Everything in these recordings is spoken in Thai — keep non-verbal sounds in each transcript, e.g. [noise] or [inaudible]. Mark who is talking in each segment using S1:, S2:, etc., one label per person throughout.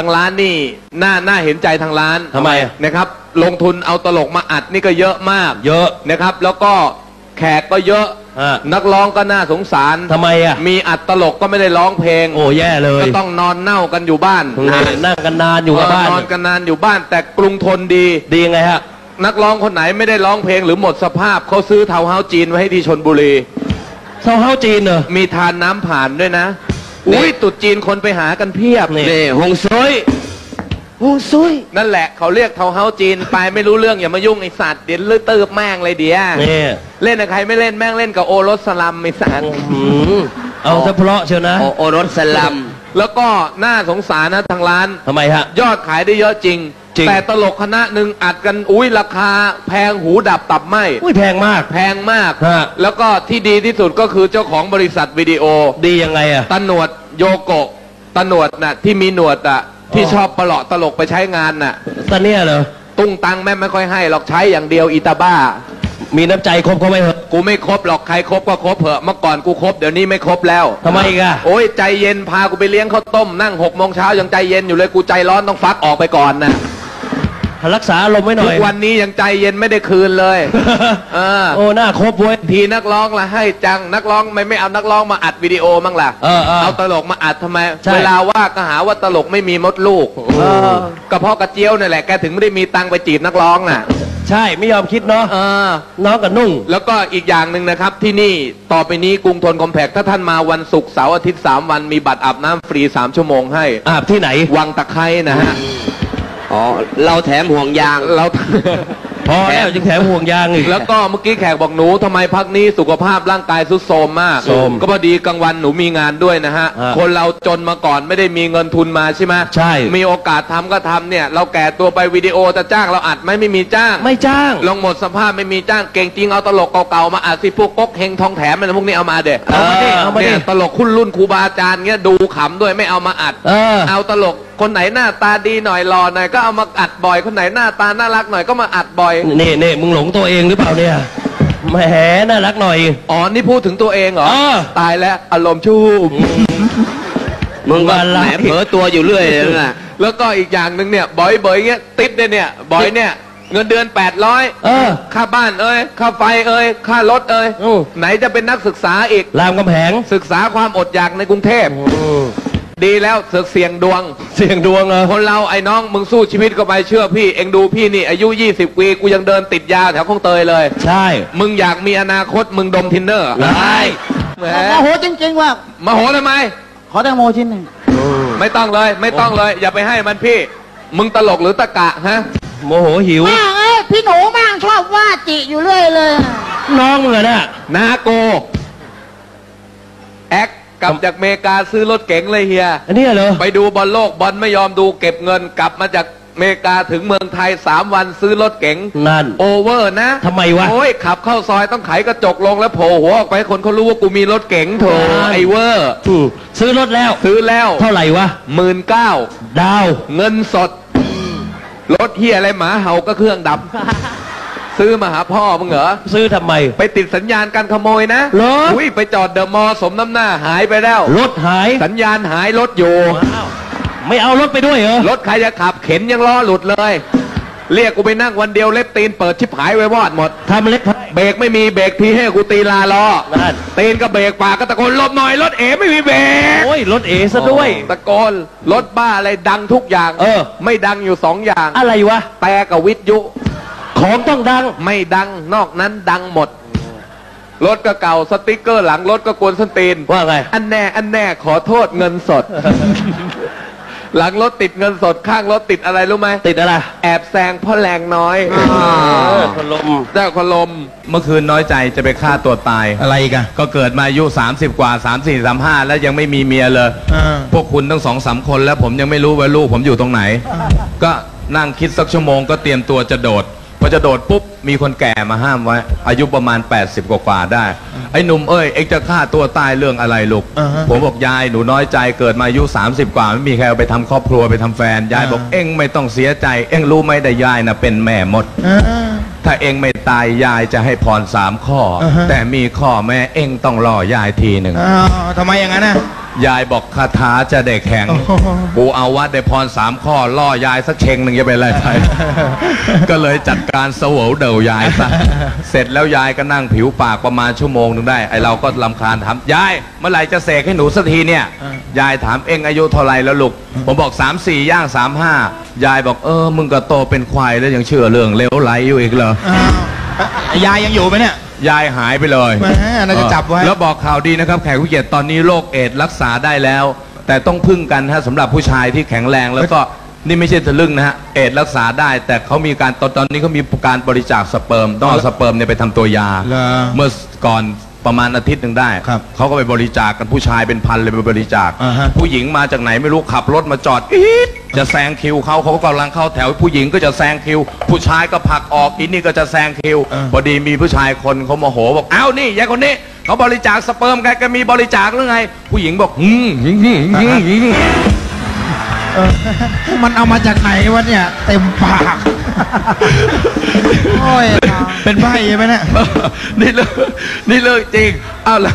S1: างร้านนี่น่าน่าเห็นใจทางร้าน
S2: ทำไมอะ
S1: นะครับ ลงทุนเอาตลกมาอัดนี่ก็เยอะมาก
S2: เยอะ
S1: นะครับ แล้วก็แขกก็เยอะ
S2: ฮะ
S1: นักร้องก็น่าสงสาร
S2: ทำไมอ่ะ
S1: มีอัดตลกก็ไม่ได้ร้องเพลง
S2: โอ้แย่เลย
S1: ก็ต้องนอนเน่ากันอยู่บ้าน
S2: นั่งกันนานอยู่กับบ้าน
S1: เนอนกันนานอยู่บ้านแต่กรุงทนดี
S2: ดียังไงฮะ
S1: นักร้องคนไหนไม่ได้ร้องเพลงหรือหมดสภาพเขาซื้อเทาวน์เฮาส์จีนไว้ให้ที่ชนบุรี
S2: เซาเฮาจีนเหรอ
S1: มีทานน้ำผ่านด้วยนะ อุ้ยตรุดจีนคนไปหากันเพียบ
S2: นี่
S3: นี่หงซุยหงซุย
S1: นั่นแหละเขาเรียกเทาวน์เฮาส์จีนไปไม่รู้เรื่องอย่ามายุ่งไอสัตว์เดี๋ยวเลือดเติบแม่งเลยเดี๋ยว
S2: นี่
S1: เล่นกับใครไม่เล่นแม่งเล่นกับโอรสสลัมไอสัตว์
S2: อืมเอาซะเพราะเชียวนะ
S3: โอโอรสสลัม
S1: แล้วก็น่าสงสารนะทางร้าน
S2: ทำไมฮะ
S1: ยอดขายได้เยอะจริง
S2: จริง
S1: แต่ตลกคณะหนึ่งอัดกันอุ้ยราคาแพงหูดับตับไหม
S2: อุ้ยแพงมาก
S1: แพงมาก
S2: ฮะ
S1: แล้วก็ที่ดีที่สุดก็คือเจ้าของบริษัทวิดีโอ
S2: ดียังไงอ่ะ
S1: ตาหนวดโยโกะตาหนวดน่ะ ที่มีหนวดอ่ะ ที่ชอบประหลาะตลกไปใช้งานน่ะ
S2: ตอนเนี้ยเหรอ
S1: ตุ้งตังแม่งไม่ค่อยให้หรอกใช้อย่างเดียวอีตาบ้า
S2: มีน้ำใจครบเขาไหมเหรอะ
S1: กูไม่ครบหรอกใครครบก็ครบเถอะเมื่อก่อนกูครบเดี๋ยวนี้ไม่ครบแล้ว
S2: ทำไมอีกอะ
S1: โอ้ยใจเย็นพากูไปเลี้ยงข้าวต้มนั่งหกโมงเช้ายังใจเย็นอยู่เลยกูใจร้อนต้องฟักออกไปก่อนนะ
S2: รักษาอารมณ์ไว้หน่
S1: ทุ
S2: อย
S1: กวันนี้ยังใจเย็นไม่ได้คืนเลย เออ
S2: โอ้หน้าครบเว้ย
S1: ทีนักร้องละให้จังนักร้องไม่ไม่เอานักร้องมาอัดวิดีโอมั้งล่ะ
S2: เออเออ
S1: เอาตลกมาอัดทำไม
S2: ใช่
S1: เวลาว่าก็หาว่าตลกไม่มีมดลูกกระเพาะกระเจียวนี่แหละแกถึงไม่ได้มีตังค์ไปจีบนักร้องน่ะ
S2: ใช่ไม่ยอมคิดเนาะ
S1: เออ
S2: น้องกับนุ่ง
S1: แล้วก็อีกอย่างหนึ่งนะครับที่นี่ต่อไปนี้กรุงทนคอมแพกถ้าท่านมาวันศุกร์เสาร์อาทิตย์ 3 วันมีบัตรอาบน้ำฟรี 3 ชั่วโมงให้
S2: อาบที่ไหน
S1: วังตะไคร้นะฮะ
S3: อ๋อ เราแถมห่วงยาง
S1: เรา
S2: พอแล้วยังแถมห่วงยางอีก
S1: แล้วก็เมื่อกี้แขกบอกหนูทำไมพักนี้สุขภาพร่างกายทรุดโทรมมาก
S2: โทรม
S1: ก็พอดีกลางวันหนูมีงานด้วยนะฮะ
S2: ฮะ
S1: คนเราจนมาก่อนไม่ได้มีเงินทุนมาใช่ไหม
S2: ใช่
S1: มีโอกาสทำก็ทำเนี่ย เราแก่ตัวไปวิดีโอจะจ้างเราอัดไหมไม่มีจ้าง
S2: ไม่จ้าง
S1: [coughs] ลองหมดสภาพไม่มีจ้างเก่งจริงเอาตลกเก่าๆมาอัดสิพวกก๊กเฮงทองแถมอะไรพวกนี้เอามาเด็ด
S2: เอามาดิเอามาดิ
S1: เนี่ยตลกคุณรุ่นครูบาอาจารย์เงี้ยดูขำด้วยไม่เอามาอัด
S2: เออ
S1: เอาตลกคนไหนหน้าตาดีหน่อยหล่อหน่อยก็เอามาอัดบ่อย คนไหนหน้าตาน่ารักหน่อยก็มาอัดบ่อย
S2: นี่นี่มึงหลงตัวเองหรือเปล่าเนี่ยแหมน่ารักหน่อย
S1: อ๋อ นี่พูดถึงตัวเองเหรอ
S2: เออ
S1: ตายแล้ว อารมณ์ชูบ
S3: มึงก็
S2: วันละ
S3: แหมเผลอตัวอยู่เรื่อยเลยนะ
S1: แล้วก็อีกอย่างหนึ่งเนี่ย บอยเบยเงี้ย ติดเนี่ยเนี่ย บอยเนี่ย เงินเดือน 800
S2: เออ
S1: ค่าบ้านเอ้ย ค่าไฟเอ้ย ค่ารถเอ้ย
S2: อืม
S1: ไหนจะเป็นนักศึกษาอีก
S2: รามกำแพง
S1: ศึกษาความอดอยากในกรุงเทพ ดีแล้วเสือกเสี่ยงดวง [laughs]
S2: เสียงดวงเหรอ
S1: คนเราไอ้น้องมึงสู้ชีวิตก็ไปเชื่อพี่ เองดูพี่นี่ อายุ 20ปีกูยังเดินติดยาแถวคลองเตยเลย
S2: ใช่
S1: มึงอยากมีอนาคตมึงดมทิน
S4: [laughs]
S1: เนอร์
S2: ไล่
S1: แหม
S4: โมโหจริงๆว่า
S1: มโหทำไม
S4: ขอแตงโมชิ้นหนึ่ง
S1: ไม่ต้องเลยไม่ต้องเลย อย่าไปให้มันพี่ มึงตลกหรือตะกะฮะ
S2: โมโหหิว
S4: แม่งเอ้ยพี่หนูแม่งชอบว่าจิอยู่เรื่อยเลยอะ
S2: น้องมึงอะน่ะ
S1: นาโก แอกกลับจากอเมริกาซื้อรถเก๋งเลยเฮีย
S2: อันเนี้ยเหรอ
S1: ไปดูบอลโลกบอลไม่ยอมดูเก็บเงินกลับมาจากอเมริกาถึงเมืองไทยสามวันซื้อรถเก๋ง
S2: นั่น
S1: โอเวอร์นะ
S2: ทำไมวะ
S1: โอ้ยขับเข้าซอยต้องไขกระจกลงแล้วโผล่หัวออกไปให้คนเขารู้ว่ากูมีรถเก๋งโถ
S2: อ่า
S1: ไอเวอร์
S2: อืมซื้อรถแล้ว
S1: ซื้อแล้ว
S2: เท่าไหร่วะ
S1: หมื่นเก้า
S2: ดาว
S1: เงินสด รถเฮียอะไรหมาเห่าก็เครื่องดับ
S2: [laughs]
S1: ซื้อมาหาพ่อมึงเหรอ
S2: ซื้อทำไม
S1: ไปติดสัญญาณการขโมยนะ
S2: เหรออุ๊
S1: อุ้ยไปจอดเดอะมอลล์สมน้ำหน้าหายไปแล้ว
S2: รถหาย
S1: สัญญาณหายรถอยู่
S2: อ้าวไม่เอารถไปด้วยเหรอ
S1: รถใครจะขับ เข็นยังล้อหลุดเลย เรียกกูไปนั่งวันเดียวเล็บตีนเปิดชิบหายไว้วอดหมด
S2: ทำเล็กพาย
S1: เบรกไม่มีเบรกทีให้กูตีลาล้อ
S2: นั่น
S1: ตีนก็เบรกปากก็ตะโกนหลบหน่อยรถเอ๋ไม่มีเบรก
S2: โอ้ย รถเอซะด้วย
S1: ตะโกนรถบ้าอะไรดังทุกอย่าง
S2: เออ
S1: ไม่ดังอยู่สองอย่าง
S2: อะไรวะ
S1: แต่กับวิทยุ
S2: ของต้องดัง
S1: ไม่ดังนอกนั้นดังหมด รถก็เก่าสติ๊กเกอร์หลังรถก็กวนส้นตีน
S2: ว่าไง
S1: อันแน่อันแน่ขอโทษเงิน
S2: [laughs]
S1: สด หลังรถติดเงินสดข้างรถติดอะไรรู้ไหม
S2: ติดอะไร
S1: แอบแซงเพราะแรงน้อย
S2: เออพัดลม
S1: เจ้าคนลม
S5: เมื่อคืนน้อยใจจะไปฆ่าตัวตายอะไรกันก็เกิดมาอายุ 30 กว่า 3 4 3 5 แล้วยังไม่มีเมียเลยพวกคุณทั้งสองสามคนแล้วผมยังไม่รู้ว่าลูกผมอยู่ตรงไหน ก็นั่งคิดสักชั่วโมงก็เตรียมตัวจะโดดพอจะโดดปุ๊บ มีคนแก่มาห้ามไว้ อายุประมาณ 80 กว่ากว่าๆได้ ไอ้หนุ่มเอ้ยเอ็งจะฆ่าตัวตายเรื่องอะไรลูก ผมบอกยายหนูน้อยใจเกิดมาอายุ 30 กว่า ไม่มีใครเอาไปทำครอบครัวไปทำแฟนยายบอกเอ็งไม่ต้องเสียใจ เอ็งรู้ไหมแต่ยายน่ะเป็นแม่มด ถ้าเองไม่ตายยายจะให้พรสามข้อ แต่มีข้อแม่เองต้องรอยายทีหนึ่ง
S6: ทำไมอย่างนั้นนะ
S7: ยายบอกคาถาจะได้แข็ง กูเอาวัดได้พรสามข้อ ล่อยายสักเชงหนึ่งจะเป็นไร
S6: [laughs]
S7: ไป ก็เลยจัดการเสวเดายายซะ เสร็จแล้วยายก็นั่งผิวปากประมาณชั่วโมงหนึ่งได้ ไอเราก็ลำคาญถามยาย เมื่อไหร่จะเสกให้หนูสักทีเนี่ย ยายถามเอ็งอายุเท่าไหรแล้วลูก ผมบอก 3 4 ย่าง 3 5 ยายบอกเออ มึงก็โตเป็นควายแล้วยังเชื่อเรื่องเลวไหลอยู่อีกเหรอ
S6: อ้าวอ่ะยายยังอยู่ไหมเนี่ย
S7: ยายหายไปเลย
S6: แหมน่าจะจับไว้
S7: แล้วบอกข่าวดีนะครับแขกผู้เกียรติตอนนี้โรคเอดส์รักษาได้แล้ว แต่ต้องพึ่งกันฮะสำหรับผู้ชายที่แข็งแรงแล้วก็นี่ไม่ใช่ทะลึ่งนะฮะเอดส์รักษาได้ แต่เขามีการตอนตอนนี้เขามีการบริจาคสเปิร์มต้องเอาสเปิร์มเนี่ยไปทำตัวยา
S6: เหรอ
S7: เมื่อก่อนประมาณอาทิตย์หนึ่งได้
S6: ครับ
S7: เขาก็ไปบริจาคกันผู้ชายเป็นพันเลยไปบริจาค
S6: อ่าฮะ
S7: ผู้หญิงมาจากไหนไม่รู้ขับรถมาจอดอี๊ดจะแซงคิวเขาเขาก็กำลังเข้าแถว ผู้หญิงก็จะแซงคิว ผู้ชายก็ผลักออกอีนี่ก็จะแซงคิว
S6: อ่า
S7: พอดีมีผู้ชายคนเขาโมโหบอกอ้าวนี่ยายคนนี้เขาบริจาคสเปิร์มใครก็มีบริจาคหรือไง ผู้หญิงบอก [laughs] หืมหืมหืมหืมหืม
S6: เออมันเอามาจากไหนวะเนี่ย เต็มปาก [laughs] โอ้ยเป็นใบใช่ไหมเนี่ย
S7: นี่เรื่องนี่เรื่องจริงอ้าว [laughs] เหรอ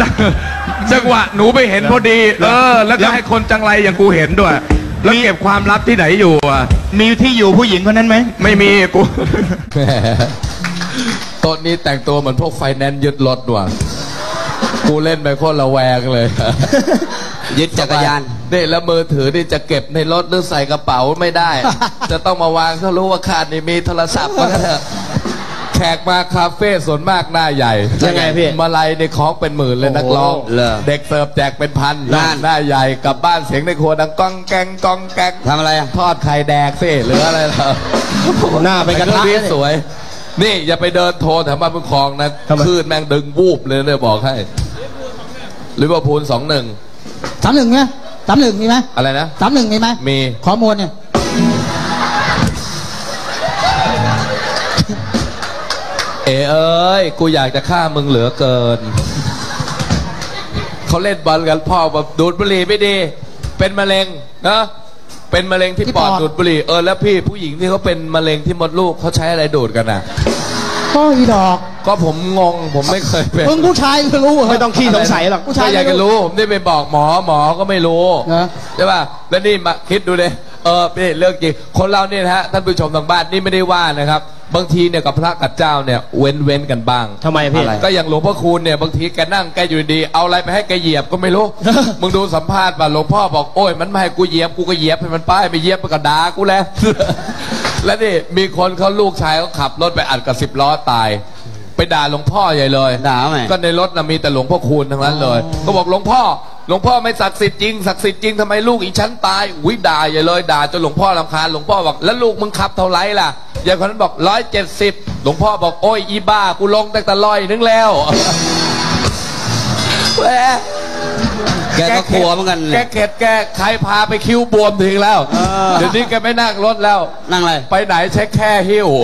S7: จังจังหวะหนูไปเห็นพอดี เออ แล้วก็ให้คนจังไรอย่างกูเห็นด้วย แล้วเก็บความลับที่ไหนอยู่อ่ะ
S6: มีที่อยู่ผู้หญิงคนนั้นไหม
S7: ไม่มีกู
S1: [laughs] ตอนนี้แต่งตัวเหมือนพวกไฟแนนซ์ยึดรถว่ะ กูเล่นไปโคตรระแวงเลย
S3: ยึด [laughs] จักรยาน
S1: นี่แล้วมือถือนี่จะเก็บในรถหรือใส่กระเป๋าไม่ได้
S3: [laughs]
S1: จะต้องมาวางเขารู้ว่าคาดนี่มีโทรศัพท์มาเถอะ
S3: [laughs]
S1: แขกมาคาเฟ่ส่วนมากหน้าใหญ่
S3: ยังไงพี่
S1: มาลัยในของเป็นหมื่นเลยนักร้อง
S3: โอ้โหเหรอ
S1: เด็กเสิร์ฟแจกเป็นพัน
S3: นั่น
S1: หน้าใหญ่กลับบ้านเสียงในครัวดังก้องแกงก้องแกง
S3: ทำอะไรอ่ะ
S1: ทอดไข่แดกสิหรืออะไรเหรอ
S2: หน้าเป็นกระทะ
S1: นี่สวย นี่อย่าไปเดินโทรแถวบ้านบุญคลองนะ
S6: ทำไม
S1: คลื่นแม่งดึงวูบเลยเนี่ยบอกให้ลิเวอร์พูลสองหนึ่ง
S8: สามหนึ่งไหมสามหนึ่งมีไหม
S1: อะไรนะ
S8: สามหนึ่งมีไหม
S1: มี
S8: ขอมวลเนี่ย
S1: เอเอ้ย กูอยากจะฆ่ามึงเหลือเกิน เขาเล่นบอลกันพ่อแบบดูดบุหรี่ไม่ดี เป็นมะเร็งนะเป็นมะเร็งที่
S8: ที่
S1: ป
S8: ป
S1: อ
S8: อ
S1: ด
S8: ด
S1: ดูดบุหรี่เออแล้วพี่ผู้หญิงที่เขาเป็นมะเร็งที่มดลูกเขาใช้อะไรดูดกันอ่ะ
S8: ก็อีดอก
S1: ก็ผมงงผมไม่เคยเป็น
S8: มึงผู้ชายก็รู้เหรอ
S2: ไม่ต้องขี้สงสัยหรอก
S8: ผู้ชาย
S1: ก็อยากจะรู้ ผมได้ไปบอกหมอหมอก็ไม่รู้
S8: นะ
S1: ใช่ป่ะแล้วนี่มาคิดดูเลยเออนี่เรื่องจริงคนเราเนี่ยนะฮะท่านผู้ชมทางบ้านนี่ไม่ได้ว่านะครับ บางทีเนี่ยกับพระกับเจ้าเนี่ยเว้นเว้นกันบ้าง
S2: ทำไมพี่
S1: ก็อย่างหลวงพ่อคูณเนี่ยบางทีแกนั่งแกอยู่ดีๆเอาอะไรไปให้แกเหยียบก็ไม่
S2: [laughs]
S1: รู้ มึงดูสัมภาษณ์ป่ะหลวงพ่อบอกโอ้ยมันไม่ให้กูเหยียบกูก็เหยียบให้มันป้ายไปเหยียบมันก็ด่ากูแล้ว [laughs] แล้วนี่มีคนเขาลูกชายเขาขับรถไปอัดกับสิบล้อตาย ไปด่าหลวงพ่อใหญ่เลย
S3: ด่าไหม
S1: ก็ในรถนะมีแต่หลวงพ่อคูณทั้งนั้นเลย ก็บอกหลวงพ่อ หลวงพ่อไม่ศักดิ์สิทธิ์จริงศักดิ์สิทธิ์จริงทำไมลูกอีฉันตายวิด่าใหญ่เลยด่าจนหลวงพ่อลำคาญหลวงพ่อบอกแล้วลูกมึงขับเท่าไหรล่ะยายคนนั้นบอกร้อยเจ็ดสิบหลวงพ่อบอกโอ้ยอีบ้ากูลงตั้งแต่ลอยนึงแล้วแหม
S3: [laughs] แกก็กลัวเหมือนกัน
S1: แก
S3: เนี่ย
S1: เข็ดแกใครพาไปคิ้วบวมถึงแล้วเดี๋ยวนี้แกไม่นั่งรถแล้ว
S3: นั่งอะไร
S1: ไปไหนเช็คแค่หิ้ว
S3: [laughs]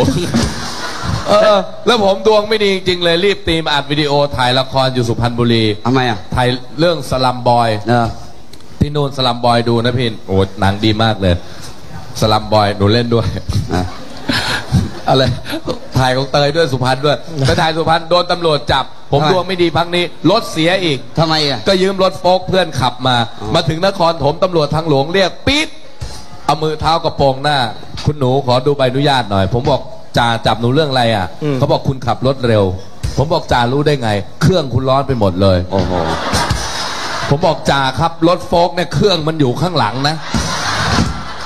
S1: เออ แล้วผมดวงไม่ดีจริงๆเลยรีบตีมาอัดวิดีโอถ่ายละครอยู่สุพรรณบุรี
S3: ทำไมอ่ะ
S1: ถ่ายเรื่องสลัมบอย
S3: เออ
S1: ที่นู่นสลัมบอยดูนะพี่ โอ้หนังดีมากเลย สลัมบอยหนูเล่นด้วย
S3: อ่ะ
S1: อะไร ถ่ายของเตยด้วยสุพรรณด้วยไปถ่ายสุพรรณโดนตำรวจจับ ผม
S3: ทำไม
S1: ดวงไม่ดีพังนี้ รถเสียอีก
S3: ทำไมอ่ะ
S1: ก็ยืมรถโฟกเพื่อนขับมา มาถึงนครถมตำรวจทางหลวงเรียกปิด เอามือเท้ากระโปรงหน้า คุณหนูขอดูใบอนุญาตหน่อย ผมบอกจ่าจับหนูเรื่องอะไรอ่ะ เขาบอกคุณขับรถเร็ว ผมบอกจ่ารู้ได้ไง เครื่องคุณร้อนไปหมดเลย
S3: โอ้โห
S1: ผมบอกจ่าครับรถโฟกเนี่ยเครื่องมันอยู่ข้างหลังนะ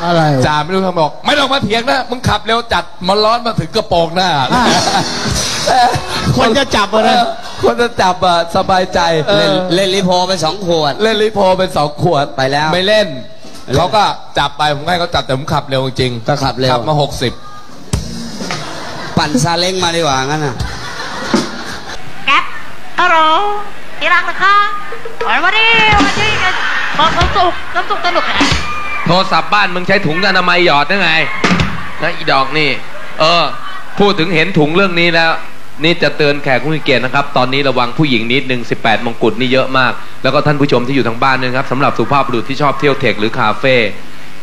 S8: อะไร
S1: จ่าไม่รู้ทำไมบอก ไม่ต้องมาเถียงนะมึงขับเร็วจัดมันร้อนมาถึงกระโปรงหน้า [laughs]
S2: คนจะจับอะนะ
S1: เออคนจะจับอ่ะสบายใจ
S3: เล่น
S1: เออ
S3: เล่นลิโพไปสองขวด
S1: เล่นลิโพเป็นสองขวด
S3: ไปแล้ว
S1: ไม่เล่น เขาก็จับไปผมให้เขาจับแต่ผมขับเร็วจริงๆ
S3: ก็ขับเร็ว
S1: ขับมาหกสิบ
S3: ปั่นซาเล้งมาดีกว่างั้นอ่ะ
S9: แก๊ปฮัลโหลที่รักนะคะวันนี้วันนี้บอกน้ำสุกน้ำสุกสนุกแค่
S10: โทรศัพท์บ้านมึงใช้ถุงอนามัยหยอดได้ไงนะอีดอกนี่ เออ พูดถึงเห็นถุงเรื่องนี้แล้ว นี่จะเตือนแขกผู้มีเกียรตินะครับ ตอนนี้ระวังผู้หญิงนิดนึง18 มงกุฎนี่เยอะมาก แล้วก็ท่านผู้ชมที่อยู่ทางบ้านด้วยนะครับสำหรับสุภาพบุรุษที่ชอบเที่ยวเทคหรือคาเฟ่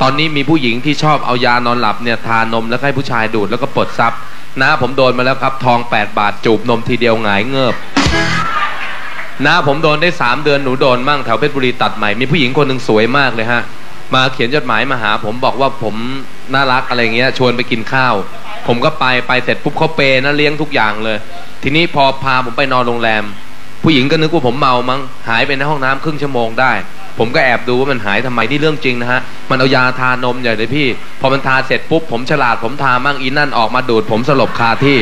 S10: ตอนนี้มีผู้หญิงที่ชอบเอายานอนหลับเนี่ยทานมแล้วก็ให้ผู้ชายดูดแล้วก็ปลดซับนะผมโดนมาแล้วครับ ทอง 8 บาทจูบนมทีเดียวหงายเงิบ
S1: น้าผมโดนได้ 3 เดือนหนูโดนมั่งแถวเพชรบุรีตัดใหม่ มีผู้หญิงคนหนึ่งสวยมากเลยฮะ มาเขียนจดหมายมาหา ผมบอกว่าผมน่ารักอะไรเงี้ย ชวนไปกินข้าว ผมก็ไปไปเสร็จปุ๊บเขาเปย์นะเลี้ยงทุกอย่างเลย ทีนี้พอพาผมไปนอนโรงแรม ผู้หญิงก็นึกว่าผมเมามั้งหายไปในห้องน้ำครึ่งชั่วโมงได้ ผมก็แอบดูว่ามันหายทำไมนี่เรื่องจริงนะฮะ มันเอายาทานมใหญ่เลยพี่ พอมันทาเสร็จปุ๊บผมฉลาดผมทามั่งอีนั่นออกมาดูด ผมสลบคาที่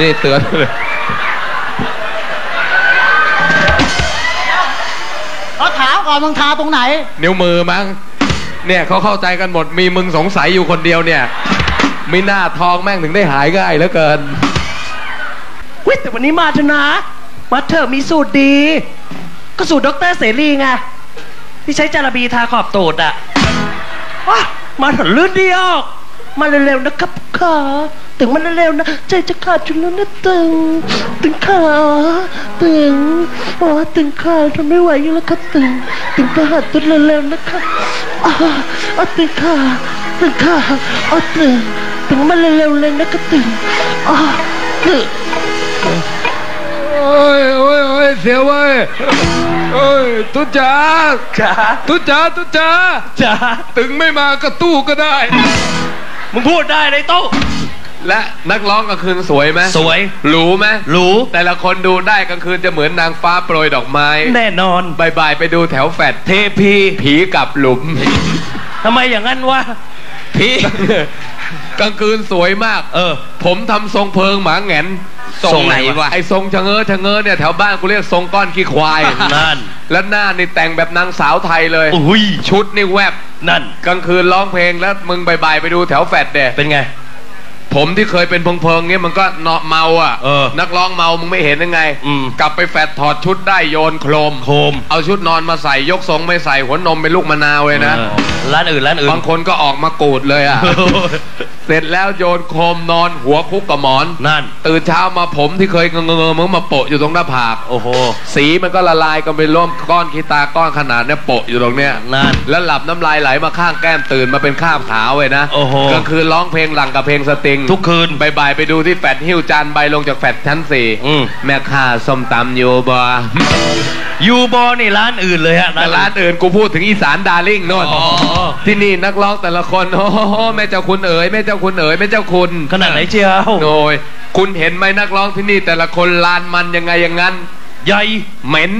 S1: นี่เตือนเลย
S11: เขาถามก่อนมึงทาตรงไหน
S1: นิ้วมือมั้ง เนี่ยเขาเข้าใจกันหมด มีมึงสงสัยอยู่คนเดียวเนี่ย ไม่น่าทองแม่งถึงได้หายง่ายเหลือเกิน
S12: เว้ยแต่วันนี้มาเถอะนะ มาเถอะมีสูตรดี ก็สูตรดรเสรีไงที่ใช้จาระบีทาขอบตูดอะว้ามาเถอะลื่นดีออก มาเร็วๆนะครับขาถึงมาเร็วๆนะ ใจจะขาดจุแล้วนะตึง ตึงขาตึงโอ้ตึงขาทนไม่ไหวอยู่แล้วครับตึง ตึงประหัดตุนเร็วๆนะครับอ้าอ้าตึงขาตึงขาอ้าตึงตึงมาเร็วๆเลยนะครับตึงอ้าตึง
S1: โอ้ยโอ้ยโอ้ยเสียวเว้ยโอ้ยตุ๊จ๋า
S12: จ๋า
S1: ตุ๊จ๋าตุ๊จ๋า
S12: จ๋า
S1: ถึงไม่มากระตู้ก็ได้
S12: มึงพูดได้เลยโต้
S1: และนักร้องกลางคืนสวยไหม
S12: สวย
S1: หรูไหม
S12: หรู
S1: แต่ละคนดูได้กลางคืนจะเหมือนนางฟ้าโปรยดอกไม้
S12: แน่นอน
S1: บ่ายๆไปดูแถวแฟด
S12: เทพี
S1: ผีกลับหลุม
S12: ทำไมอย่างนั้นวะพี
S1: กลางคืนสวยมาก
S12: เออ
S1: ผมทำทรงเพิงหมาแหงน
S12: ทรงไหนวะ
S1: ไอทรงชะเง้อชะเง้อเนี่ยแถวบ้านกูเรียกทรงก้อนขี้ควาย
S12: นั่น
S1: และหน้านี่แต่งแบบนางสาวไทยเลย
S12: อุ้ย
S1: ชุดนี่แวบ
S12: นั่น
S1: กลางคืนร้องเพลงแล้วมึงบ่ายๆไปดูแถวแฟดเด
S12: เป็นไง
S1: ผมที่เคยเป็นเพิงๆเนี่ยมันก็เนาะเมาอ่ะ
S12: เออ
S1: นักร้องเมามึงไม่เห็นยังไง
S12: อืม
S1: กลับไปแฟดถอดชุดได้โยนโครม
S12: โคม
S1: เอาชุดนอนมาใส่ยกทรงไม่ใส่หัวนมเป็นลูกมะนาวเลยนะ
S12: เออร้านอื่นร้านอื่น
S1: บางคนก็ออกมากูดเลยอ่ะ
S12: โอ้โห
S1: เสร็จแล้วโยนโคมนอนหัวคุกกับหมอน
S12: นั่น
S1: ตื่นเช้ามาผมที่เคยเงงๆมึงมาโปะอยู่ตรงหน้าผาก
S12: โอ้โห
S1: สีมันก็ละลายกันไปร่วมก้อนขี้ตาก้อนขนาดเนี้ยโปะอยู่ตรงเนี้ย
S12: นั่น
S1: แล้วหลับน้ำลายไหลมาข้างแก้มตื่นมาเป็นข้ามขาวเลยนะ
S12: โอ้โห
S1: กลางคืนร้องเพลงหลังกับเพลงสตริง
S12: ทุกคืน
S1: บ่ายๆไปดูที่แฟดหิ้วจานใบลงจากแฟดชั้นสี่
S12: อืม
S1: แม่ค้าส้มตำอยู่บ่
S12: ยูบอนี่ร้านอื่นเลยฮะ
S1: แต่ร้านอื่นกูพูดถึงอีสานดาริ่งโน่น
S12: อ๋อ
S1: ที่นี่นักร้องแต่ละคนโอ้โหแม่เจ้าคุณเอ๋ยแม่เจ้าคุณเอ๋ยแม่เจ้าคุณ
S12: ขนาดไหนเชียว
S1: โอ้ยคุณเห็นไหมนักร้องที่นี่แต่ละคนลานมันยังไงอย่างนั้น
S12: ใหญ่
S1: เหม็น